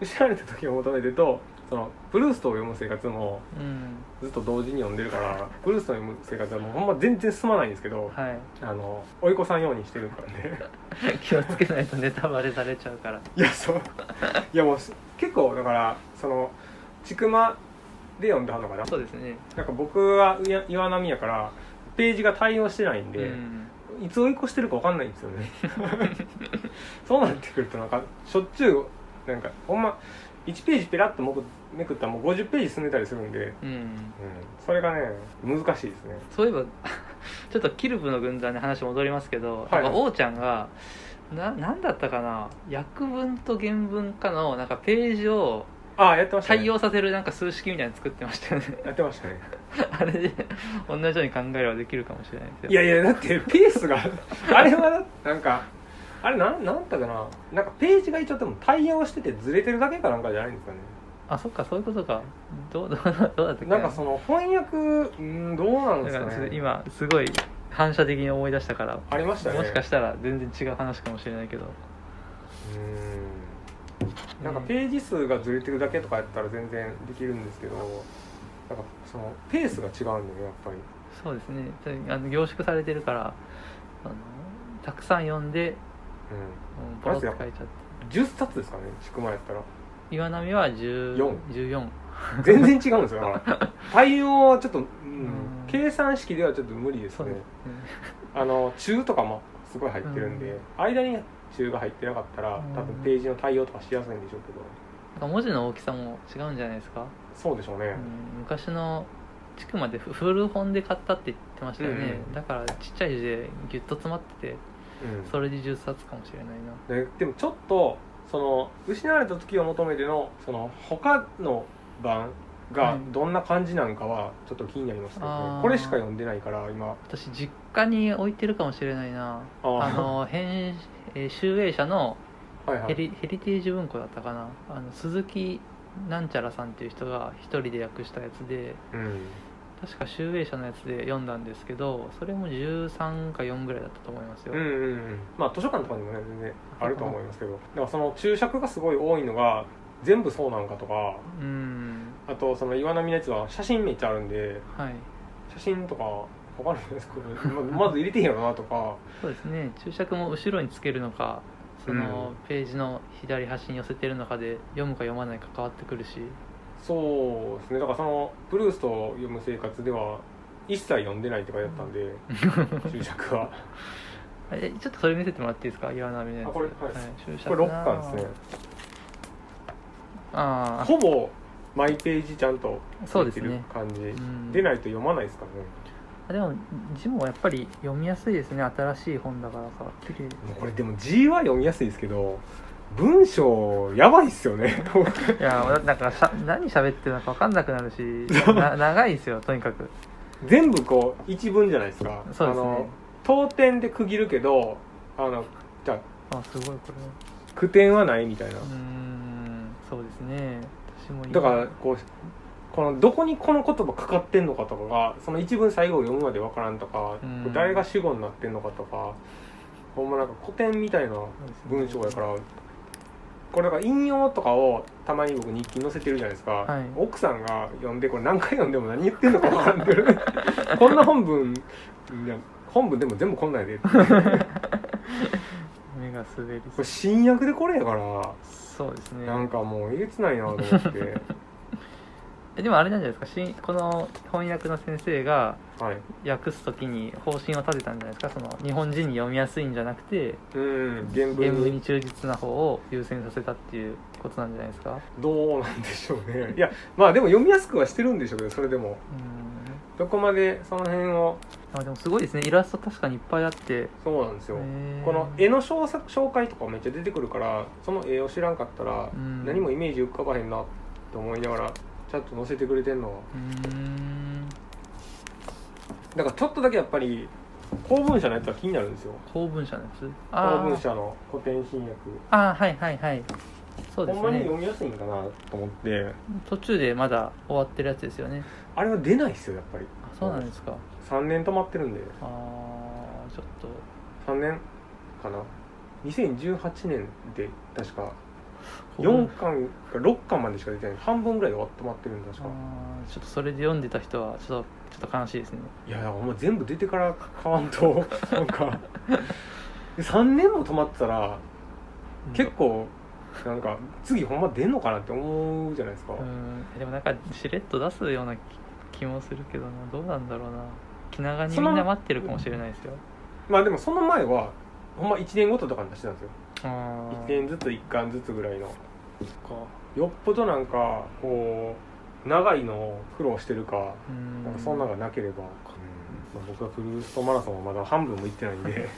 失われた時を求めてとそのブルースと読む生活もうんずっと同時に読んでるからブルースと読む生活はもうほんま全然進まないんですけどはいあの追い越さんようにしてるから ね気をつけないとネタバレされちゃうからいやそういやもうす結構だからそのちくまで読んではんのかなそうですねなんか僕はや岩波やからページが対応してないんで、うんいつ追い越してるか分かんないんですよね そうなってくるとなんかしょっちゅうなんかほんま1ページペラッともくめくったらもう50ページ進めたりするんで、うん、うんそれがね難しいですねそういえば ちょっとキルブの軍団に話戻りますけど、はいなんか王ちゃんがななんだったかな訳文と原文かのなんかページをああやってましたね対応させるなんか数式みたいなの作ってましたよね やってましたねあれで同じように考えればできるかもしれないですよいやいやだってペースが あれはなんかあれなんなんだかななんかページが一応でも対応しててずれてるだけかなんかじゃないんですかねあそっかそういうことかどうどうどうだったっけなんかその翻訳うんどうなんですだかからちょっとね今すごい反射的に思い出したからありましたねもしかしたら全然違う話かもしれないけどうんなんかページ数がずれてるだけとかやったら全然できるんですけどなんかそのペースが違うんだよねやっぱりそうですねとにあの凝縮されてるからあのたくさん読んで、ううん、ポロッと書いちゃってん10冊ですかねちくまやった ら岩波は10四14全然違うんですよだから対応はちょっと、うんん計算式ではちょっと無理ですそうねですねあの中とかもすごい入ってるんで、うん間に中が入ってなかったらうん多分ページの対応とかしやすいんでしょうけどなんか文字の大きさも違うんじゃないですか、そうでしょうね、うん、昔の地区までふ古本で買ったって言ってましたよね、うんだからちっちゃい字でギュッと詰まっててうんそれで10冊かもしれないなねでもちょっとその失われた時を求めてのその他の版がうんどんな感じなんかはちょっと気になりますけどね、あーこれしか読んでないから今私実家に置いてるかもしれないなあーあの編えー集英社のはいはヘいリヘリテージ文庫だったかなあの鈴木なんちゃらさんっていう人が一人で訳したやつでうん確か集英社のやつで読んだんですけどそれも13か4ぐらいだったと思いますよ、うんうんうんまあ図書館とかにもね全然あると思いますけどだからその注釈がすごい多いのが全部そうなんかとかうんあとその岩波のやつは写真めっちゃあるんではい写真とかわかるんないですけどままず入れてへんやろなとかそうですね注釈も後ろにつけるのかそのページの左端に寄せてるのかで読むか読まないか変わってくるしそうですねだからそのブルースと読む生活では一切読んでないって書いてあったんで、注釈 はえちょっとそれ見せてもらっていいですか岩波のやつあこれはい注釈これ6巻ですねああほぼ毎ページちゃんとそう出でてするね感じで,、うんないと読まないですからねあでも字もやっぱり読みやすいですね新しい本だからさ綺麗もうこれでも字は読みやすいですけど文章やばいっすよね いや俺なんかしゃ何喋ってるのか分かんなくなるしな長いですよとにかく全部こう一文じゃないですかそうですあのね当点で区切るけどあのじゃああすごいこれは句点はないみたいなうーんそうですね私も今だからこうこのどこにこの言葉かかってんのかとかがその一文最後を読むまでわからんとか、うん誰が主語になってんのかとかほんまなんか古典みたいな文章やからこれだから引用とかをたまに僕日記に載せてるじゃないですか、はい奥さんが読んでこれ何回読んでも何言ってんのかわからんけど こんな本文いや本文でも全部こんなんやでってこ目が滑りそれう新訳でこれやからそうですねなんかもうえげつないなと思ってえでもあれなんじゃないですかしんこの翻訳の先生がはい訳す時に方針を立てたんじゃないですかその日本人に読みやすいんじゃなくてうん原原文文にに忠実な方を優先させたっていうことなんじゃないですかどうなんでしょうねいやまあでも読みやすくはしてるんでしょうけどそれでもうんどこまでその辺をあでもすごいですねイラスト確かにいっぱいあってそうなんですよ、ここの絵の小作紹介とかめっちゃ出てくるからその絵を知らんかったらうん何もイメージ浮かばへんなと思いながらちゃんと載せてくれてんのはうんだからちょっとだけやっぱり公文社のやつは気になるんですよ公文社のやつ公あー文社の古典新訳あーはいはいはいそうでほすんまにね読みやすいんかなと思って途中でまだ終わってるやつですよねあれは出ないですよやっぱりあそうなんですか3年止まってるんであーちょっと3年かな2018年で確か4巻か6巻までしか出てない半分ぐらいで終わってまってるんだ確かあーちょっとそれで読んでた人はちょっとちょっと悲しいですねいやだからお前全部出てから買わんとなんか3年も止まってたら結構なんか次ほんま出んのかなって思うじゃないですか、うんでもなんかしれっと出すような気気もするけどなどうなんだろうな気長にみんな待ってるかもしれないですよまあでもその前はほんま1年ごととかに出してたんですよあ1ー年ずつ1巻ずつぐらいのそっかよっぽどなんかこう長いの苦労してるかうんなんかそんなのがなければ、まあ、僕はフルーストマラソンはまだ半分も行ってないん で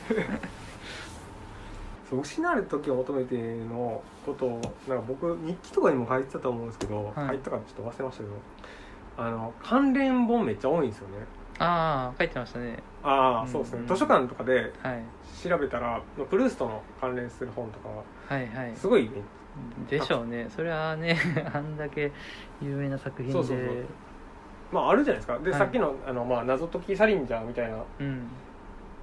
そう失われた時を求めてのことをなんか僕日記とかにも書いてたと思うんですけど、はい書いてたからちょっと忘れましたけどあの関連本めっちゃ多いんですよねああ書いてましたねああ、うんそうですね図書館とかではい調べたらプルーストの関連する本とかはいはいすごい、ねでしょうねそれはね あんだけ有名な作品でそうそうそうまああるじゃないですかで、はいさっきのあの、まあ、謎解きサリンジャーみたいなうん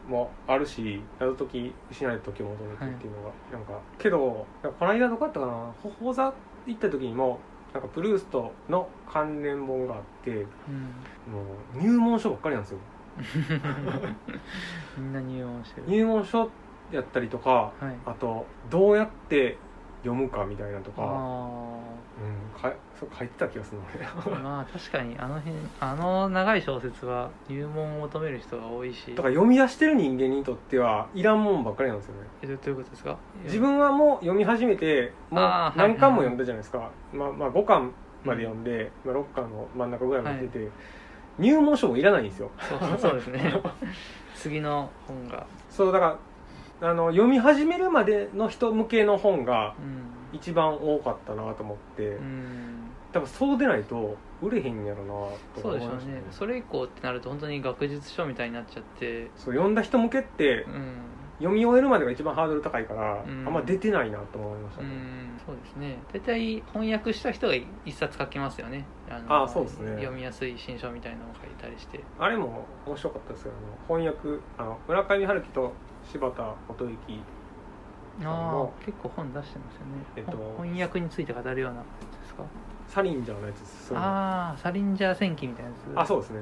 もあるし謎解き失われた時を求めてっていうのが、なんかけどなんかこの間どこやったかな宝座行った時にもなんかプルーストの関連本があってもうんう入門書ばっかりなんですよみんな入門してる入門書やったりとかはいあとどうやって読むかみたいなとあか,、あうん、かそう書いてた気がするの俺 まあ確かにあの辺あの長い小説は入門を求める人が多いしとか読み出してる人間にとってはいらんもんばっかりなんですよねえどういうことですか自分はもう読み始めてもうあーはい何巻も読んだじゃないですか、まあ、まあ5巻まで読んで、まあ、6巻の真ん中ぐらいまで出て、入門書もいらないんですよそうそうそうですね 次の本がそうだからあの読み始めるまでの人向けの本がうん一番多かったなと思って、うん多分そうでないと売れへんやろなとそう思でいしょうましたねそれ以降ってなると本当に学術書みたいになっちゃってそう読んだ人向けってうん読み終えるまでが一番ハードル高いから、うんあんま出てないなと思いましたうね、んそうですね大体翻訳した人が一冊書きますよねああそうですね読みやすい新書みたいなのを書いたりしてあれも面白かったですよあの翻訳あの村上春樹と柴田元之ああ結構本出してますよね、えっとほん翻訳について語るようなことですかサリンジャーのやつですそういうのああサリンジャー戦記みたいなやつあそうですね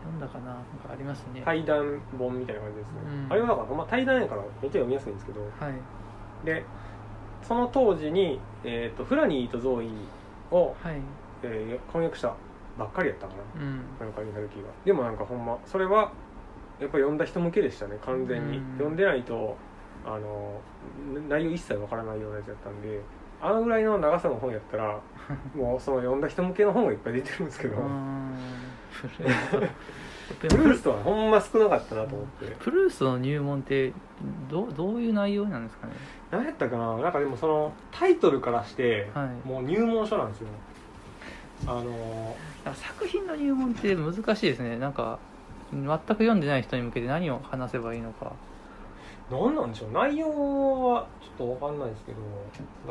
読んだかななんかありますねい、対談本みたいな感じですね、うんあれはだから、まあ、対談やからめっちゃ読みやすいんですけどはい、でその当時に、えー、とフラニーとゾーイを、はい、えー翻訳したばっかりやったかなうん村上春樹がでもなんかほんまそれはやっぱ読んだ人向けでしたね完全に、うん読んでないとあの内容一切わからないようなやつやったんであのぐらいの長さの本やった らもうその読んだ人向けの本がいっぱい出てるんですけど、あ ブルーースとはほんま少なかったなと思ってプルースの入門ってどどういう内容なんですかね何やったかななんかでもそのタイトルからして、はいもう入門書なんですよあのなんか作品の入門って難しいですねなんか全く読んでない人に向けて何を話せばいいのか何なんでしょう内容はちょっとわかんないですけど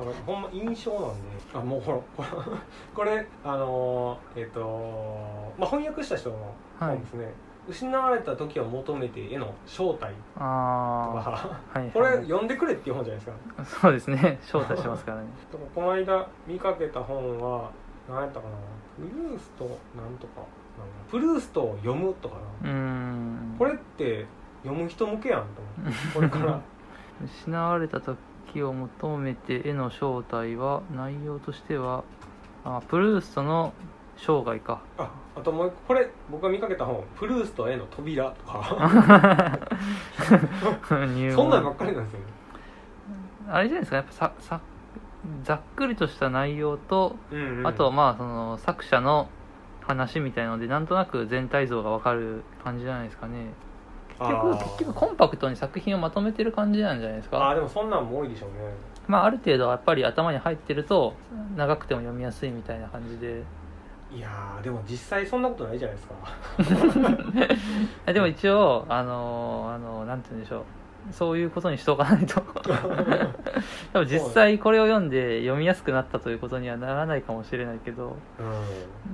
だからほんま印象なんであもうほらこれこれあのえっ、と、まあ、翻訳した人のはい本ですね、失われた時を求めてへの正体とあかあはい、はい、これ読んでくれっていう本じゃないですかそうですね招待してま すからねだからこの間見かけた本は何やったかなプルーストなんとかなんだプルーストを読むとかうな、ーんこれって読む人向けやんと思 ってこれから失われた時を求めてへの正体は内容としてはあプルーストの生涯かああともう一個これ僕が見かけた本「プルーストへの扉」とか 入そんなんば門っかりなんですよねあれじゃないですかやっぱささざっくりとした内容と、うん、あとまあその作者の話みたいのでなんとなく全体像がわかる感じじゃないですかねあ結ー局結局コンパクトに作品をまとめてる感じなんじゃないですかあーでもそんなんも多いでしょうねまあ、ある程度はやっぱり頭に入ってると長くても読みやすいみたいな感じでいやーでも実際そんなことないじゃないですかあでも一応あのーあのーなんて言うんでしょうそういうことにしてお かないと多分実際これを読んで読みやすくなったということにはならないかもしれないけど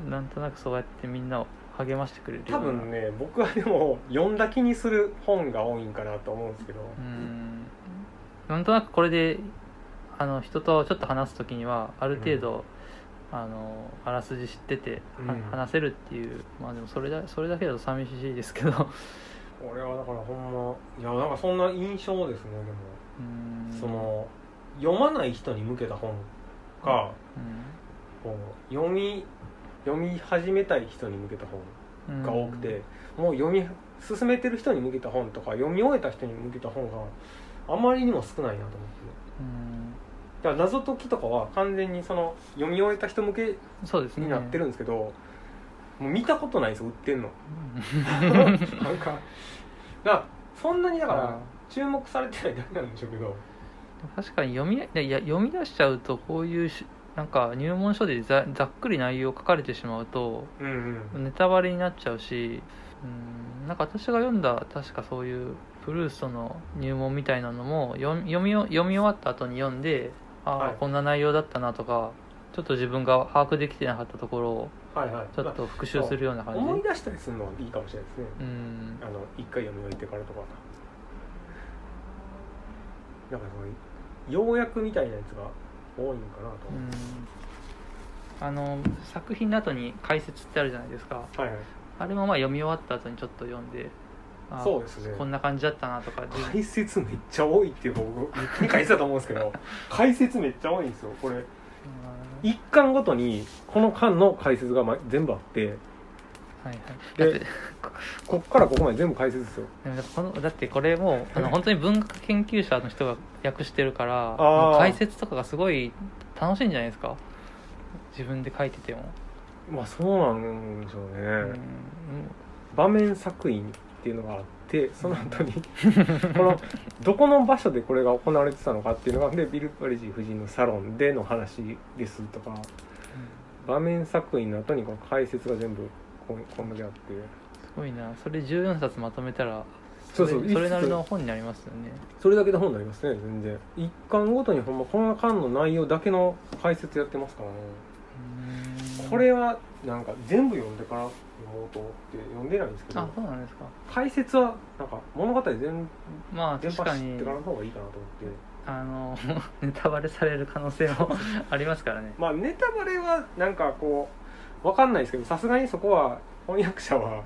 うんなんとなくそうやってみんなを励ましてくれるよ多うな分ね僕はでも読んだ気にする本が多いんかなと思うんですけど、うんなんとなくこれであの人とちょっと話す時にはある程度、あのあらすじ知ってて、はうん話せるっていうまあでもそれだそれだけだと寂しいですけ どこれはだからほんまいやなんかそんな印象ですねでも、うーんその読まない人に向けた本か、こう読み読み始めたい人に向けた本うんが多くて、もう読み進めてる人に向けた本とか読み終えた人に向けた本があまりにも少ないなと思ってうんだから謎解きとかは完全にその読み終えた人向けそうですねになってるんですけど、もう見たことないですよ売ってんのうんなんかだからそんなにだかあら注目されてないだけなんでしょうけど 確かに読みいや読み出しちゃうとこういうしなんか入門書でざざっくり内容書かれてしまうとうんうんネタバレになっちゃうしうんなんか私が読んだ確かそういうブルーストの入門みたいなのも読み読みを読み終わった後に読んでああ、はいこんな内容だったなとかちょっと自分が把握できてなかったところをはいはいちょっと復習するようなまあ感じ思い出したりするのはいいかもしれないですねうんあの一回読み終えてからとかなんかその要約みたいなやつが多いんかなと、うんあの作品の後に解説ってあるじゃないですかはいはいあれもまあ読み終わった後にちょっと読んであそうですねこんな感じだったなとか自分解説めっちゃ多いっていう僕日記に書いてたと思うんですけど 解説めっちゃ多いんですよこれうん一巻ごとにこの巻の解説がま全部あってはいはいだっでてこっからここまで全部解説ですよでもだからこのだってこれもうあの本当に文学研究者の人が訳してるからあー解説とかがすごい楽しいんじゃないですか自分で書いてても、まあそうなんでしょうね、うん場面作品っていうのがあってその後にこのどこの場所でこれが行われてたのかっていうのがでビル・パリジー夫人のサロンでの話ですとか場面作品の後にこの解説が全部こんこんだけあってすごいなそれ14冊まとめたらそそうれそうそれなりの本になりますよねそれだけで本になりますね全然一巻ごとにほんまこの巻の内容だけの解説やってますからねうんこれはなんか全部読んでから読もうと思って読んでないんですけあどそうなんですか解説はなんか物語全まあ全確般か知っにてからの方がいいかなと思って。あの ネタバレされる可能性も ありますからねまあネタバレはなんかこうわかんないですけどさすがにそこは翻訳者 は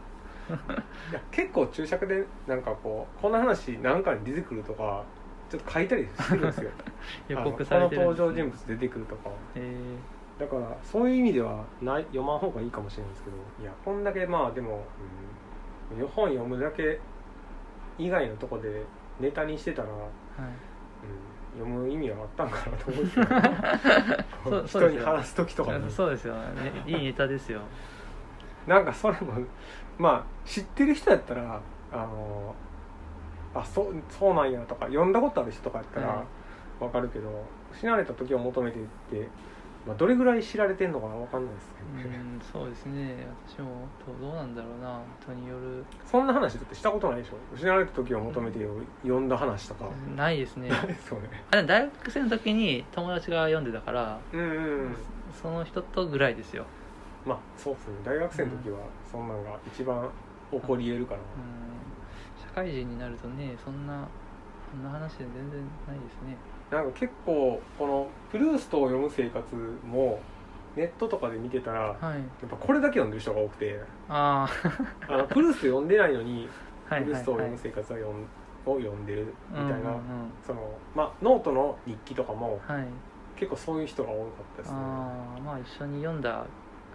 いや結構注釈でなんかこうこんな話なんかに出てくるとかちょっと書いたりしてるんですよ 予告されてるあんのですこの登場人物出てくるとかえだからそういう意味ではない読まん方がいいかもしれないですけどいやこんだけまあでも、うん、本読むだけ以外のとこでネタにしてたら、うん、ーはい読む意味はあったんかなと思うんですけ ど そうそ人うですによ話す時とかにそうですよ、ね、いいネタですよなんかそれも まあ知ってる人やったらあのあそうそうなんやとか読んだことある人とかやったらわかるけど、失われた時を求めてって、まあ、どれぐらい知られてんのかわかんないですうけどね、んそうですね私もどうどうなんだろうな人による そんな話だってしたことないでしょ失われた時を求めてを読んだ話とか、ないで すねないですよねあでも大学生の時に友達が読んでたからうんうんうんその人とぐらいですよまあそうですね大学生の時はそんなんが一番起こり得るから、うん社会人になるとねそんなそんな話で全然ないですねなんか結構このプルーストを読む生活もネットとかで見てたらはいやっぱこれだけ読んでる人が多くてああのプルースト読んでないのにあ はプルーいはいストをは読いむ生活は読んを読んでるみたいな、うんうんうんそのまあノートの日記とかもはい結構そういう人が多かったですねああまあ一緒に読んだ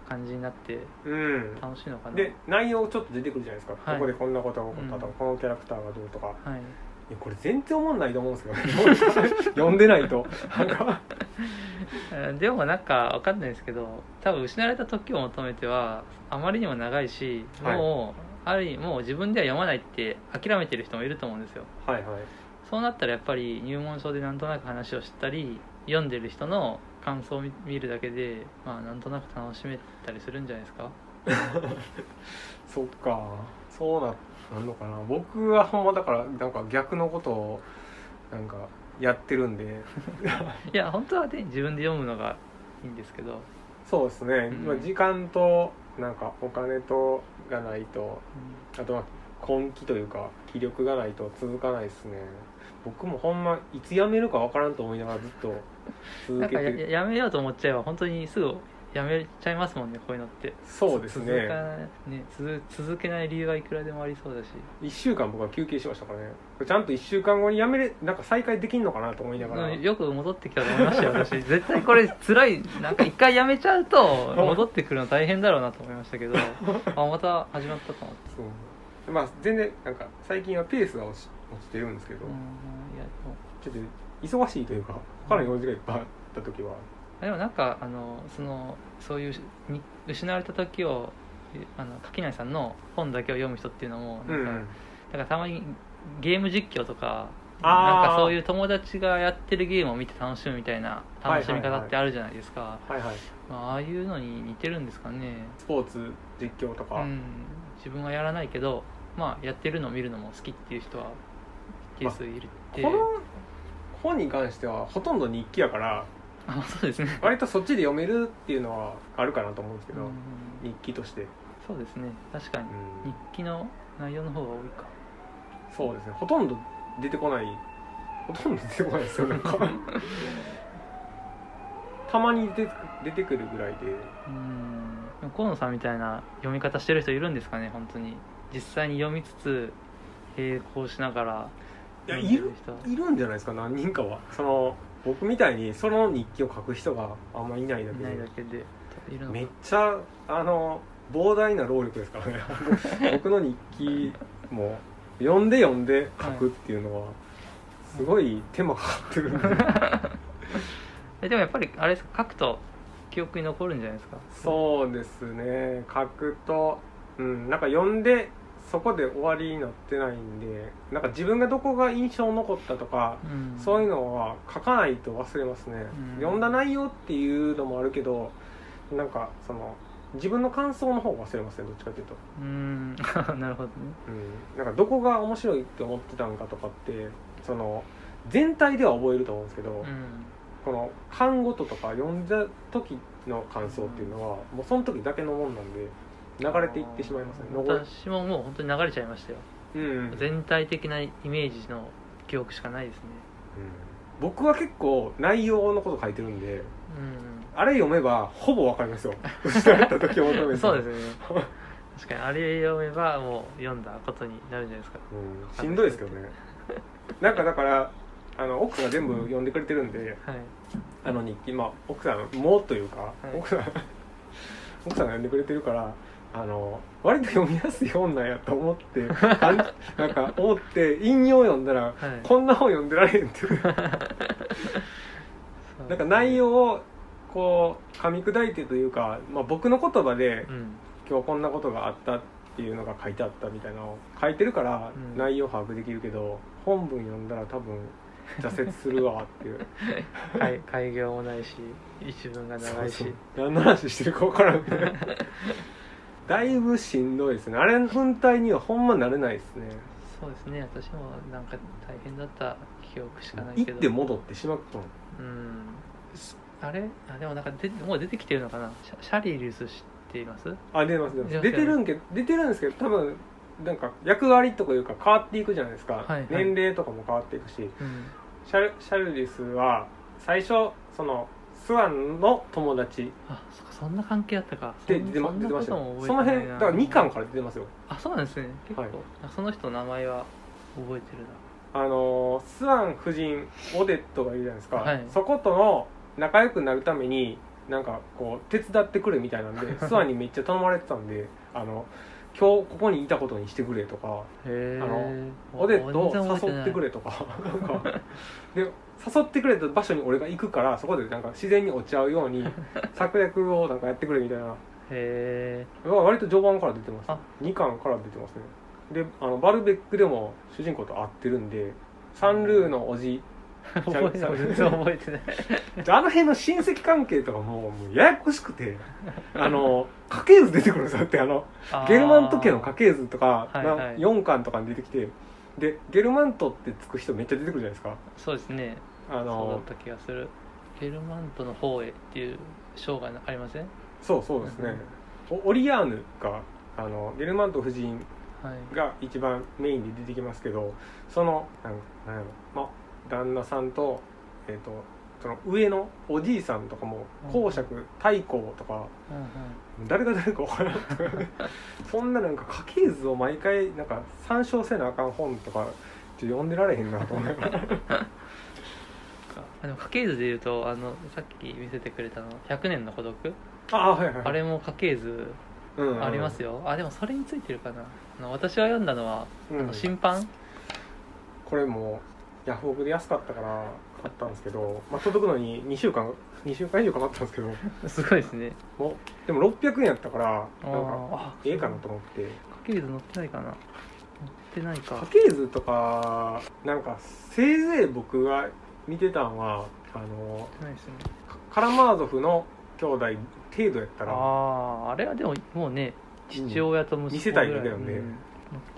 感じになってうん楽しいのかなで内容ちょっと出てくるじゃないですか、はいここでこんなことが起こったとか、うんこのキャラクターがどうとかはいいやこれ全然思んないと思うんですけどね 読んでないとなんかえーでもなんかわかんないですけど多分失われた時を求めてはあまりにも長いしはいもう、ある意味もう自分では読まないって諦めてる人もいると思うんですよはいはいそうなったらやっぱり入門書でなんとなく話を知ったり読んでる人の感想を見見るだけで、まあ、なんとなく楽しめたりするんじゃないですかそっかそうななんのかな僕はほんまだからなんか逆のことをなんかやってるんでいや本当はね自分で読むのがいいんですけど、そうですね、うんまあ時間となんかお金とがないとうあとは根気というか気力がないと続かないですね僕もほんまいつ辞めるかわからんと思いながらずっと続なんけかやてやめようと思っちゃえば本当にすぐやめちゃいますもんねこういうのってそうです続かねないね続続けない理由はいくらでもありそうだし1週間僕は休憩しましたからねちゃんと1週間後に辞めれなんか再開できんのかなと思いながら、うんよく戻ってきたと思いましたよ私 絶対これ辛いなんか一回やめちゃ うと戻ってくるの大変だろうなと思いましたけどあまた始まったかもってそうでまあ全然なんか最近はペースが落ち落ちてるんですけど、うんいやでもちょっと忙しいというか他の用事がいっぱいあった時は、でもなんかあのそのそういうに失われた時をえあの垣内さんの本だけを読む人っていうのもなんうか,、んなんかたまにゲーム実況とかあーなんかそういう友達がやってるゲームを見て楽しむみたいな楽しみはいはい方はいってあるじゃないですか、はいはいまあ、ああいうのに似てるんですかねスポーツ実況とか、うん、自分はやらないけど、まあ、やってるのを見るのも好きっていう人は一定数いるってこの本に関してはほとんど日記やからあそうですね、割とそっちで読めるっていうのはあるかなと思うんですけうど、ん、日記として、そうですね確かにうん日記の内容の方が多いかそうですねほとんど出てこないほとんど出てこないですよなん かたまに出て出てくるぐらいでうんでも河野さんみたいな読み方してる人いるんですかね本当に実際に読みつつ並行しながらいや読んで人いるんじゃないですか何人かはその僕みたいにその日記を書く人があんまいないだけでいないだけでいるのかめっちゃあの膨大な労力ですから ね僕の日記も読んで読んで書くっていうのはすごい手間かかってるん でえでもやっぱりあれですか書くと記憶に残るんじゃないですかそうですね書くとうんなんか読んでそこで終わりになってないんでなんか自分がどこが印象残ったとかう、ん、そういうのは書かないと忘れますね、うん読んだ内容っていうのもあるけどなんかその自分の感想の方が忘れますねどっちかっていうとうん なるほどねうん、なんかどこが面白いって思ってたんかとかってその全体では覚えると思うんですけど、うんこの缶ごととか読んだ時の感想っていうのは、もうその時だけのもんなんで流れていってしまいますねあー残り私ももう本当に流れちゃいましたよ、うん、うん、全体的なイメージの記憶しかないですね僕は結構内容のこと書いてるんでうんあれ読めばほぼわかり ますよ失われた時を求めてそうですね確かにあれ読めばもう読んだことになるんじゃないですかうん、しんどいですけどねなんかだからあの奥が全部読んでくれてるんで、はいあの日記、まあ、奥さんもというか、い奥さん 奥さんが読んでくれてるからあの割と読みやすい本なんやと思ってあん なんか思って引用読んだら、はいこんな本読んでられへんって いうそうなんか内容をこう噛み砕いてというか、まあ、僕の言葉でうん今日こんなことがあったっていうのが書いてあったみたいなのを書いてるからうん内容把握できるけど、本文読んだら多分挫折するわっていう。開開業もないし 一文が長いしそうそう何の話してるか分からんだいぶしんどいですねあれの分体にはほんまなれないですねそうですね私もなんか大変だった記憶しかない行けどって戻ってしまったのうんすあれあでもなんかでもう出てきてるのかなシャシャリリウス知っていますあ出てます出てます出出ててまするんけ出てるんですけど多分なんか役割とかいうか変わっていくじゃないですか、はいはい年齢とかも変わっていくしうんシャルシャルリスは最初そのスワンの友達あそっかそんな関係あったかでそん出てまそん出なてまこしたとよもその覚えてない辺なだから2巻から出てますよあそうなんですね結構、はいあその人の名前は覚えてるなあのースワン夫人オデットがいるじゃないですか、はいそことの仲良くなるためになんかこう手伝ってくれみたいなん でスワンにめっちゃ頼まれてたんであの今日ここにいたことにしてくれとかへーオデットを誘ってくれとかなんかで誘ってくれた場所に俺が行くからそこでなんか自然に落ち合うよ うに策略をなんかやってくれみたいなへえうわ割と序盤から出てまあす2巻から出てますねであのバルベックでも主人公と会ってるんでサンルーのおじ覚えてない全然覚えてないであの辺の親戚関係とかもうもうややこしくてあの家系図出てくるんですよだってあのあ ーゲルマント家の家系図とか、はいはい4巻とかに出てきてでゲルマントってつく人めっちゃ出てくるじゃないですかそうですねあそうだっのた気がするゲルマントの方へっていう章がありませんそうそうですね、おオリアーヌがあのゲルマント夫人はいが一番メインで出てきますけどそのなんなんやろ、まあ、旦那さんと,、えー、とその上のおじいさんとかもうん公爵太閤とかうんうん誰が誰か分からんとかそんななんか家系図を毎回なんか参照せなあかん本とかちょっと読んでられへんなと思いますあの家系図でいうとあのさっき見せてくれたの「100年の孤独」あーはいはいあれも家系図うんうんありますよ、あでもそれについてるかなあの私は読んだのはうんあの審判、これもヤフオクで安かったから買ったんですけど、まあ、届くのに2週間2週間以上かかったんですけどすごいですねもうでも600円やったからあなんかーあええかなと思って家系図載ってないかな載ってないか家系図とかなんかせいぜい僕が見てたんはあのないですねカカラマーゾフの兄弟程度やったあらああれはでももうね父親と息子ぐらい、二世帯だよねうん載っ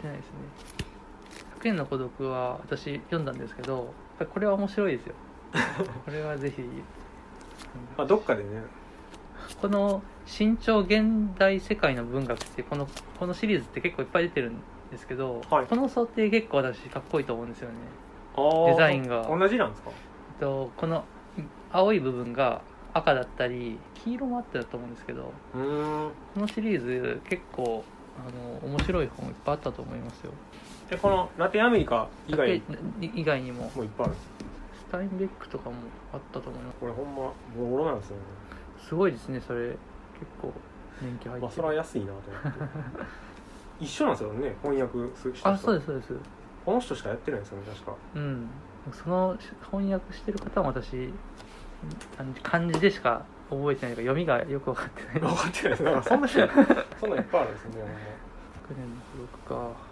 てないですね「100円の孤独」は私読んだんですけどやっぱりこれは面白 いですよこれはぜひまあ、どっかでねこの「新潮現代世界の文学」ってこのこのシリーズって結構いっぱい出てるんですけど、はいこの想定結構私かっこいいと思うんですよね、あーデザインが同じなんですかえっと、この青い部分が赤だったり黄色もあったと思うんですけどうーんこのシリーズ結構あの面白い本いっぱいあったと思いますよでこのラテンアメリカ以外にだけ以外にももういっぱいあるんですスタインベックとかもあったと思いまこれほんまボロボロなんですよねすすごいですねそれ結構年季入ってまあそれは安いなと 思って一緒なんですよね翻訳する人あそうですすそうですこの人しかやってないんですよね 確かうんその翻訳してる方も私あの漢字でしか覚えてないから読みがよ く分かってない 分かってないですなんかそんな人そんなんいっぱいあるんですね学年の付録か